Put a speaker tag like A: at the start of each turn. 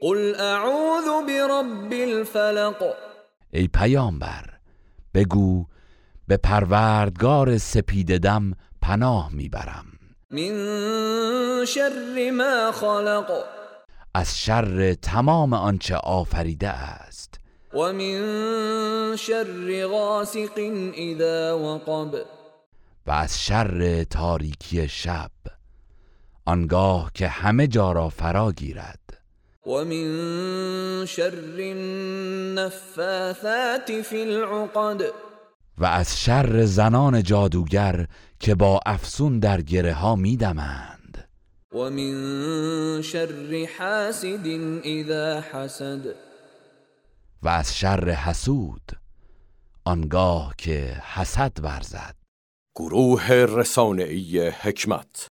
A: قل اعوذ برب الفلق
B: ای پیامبر بگو به پروردگار سپید دم پناه میبرم
A: من شر ما خلق
B: از شر تمام آنچه آفریده است
A: ومن شر غاسق اذا وقب
B: و از شر تاریکی شب آنگاه که همه جا را فرا گیرد
A: ومن شر النفاثات في العقد
B: و از شر زنان جادوگر که با افسون در گره ها میدمند
A: ومن شر حاسد اذا حسد
B: و از شر حسود آنگاه که حسد ورزد
C: گروه رسانه‌ای حکمت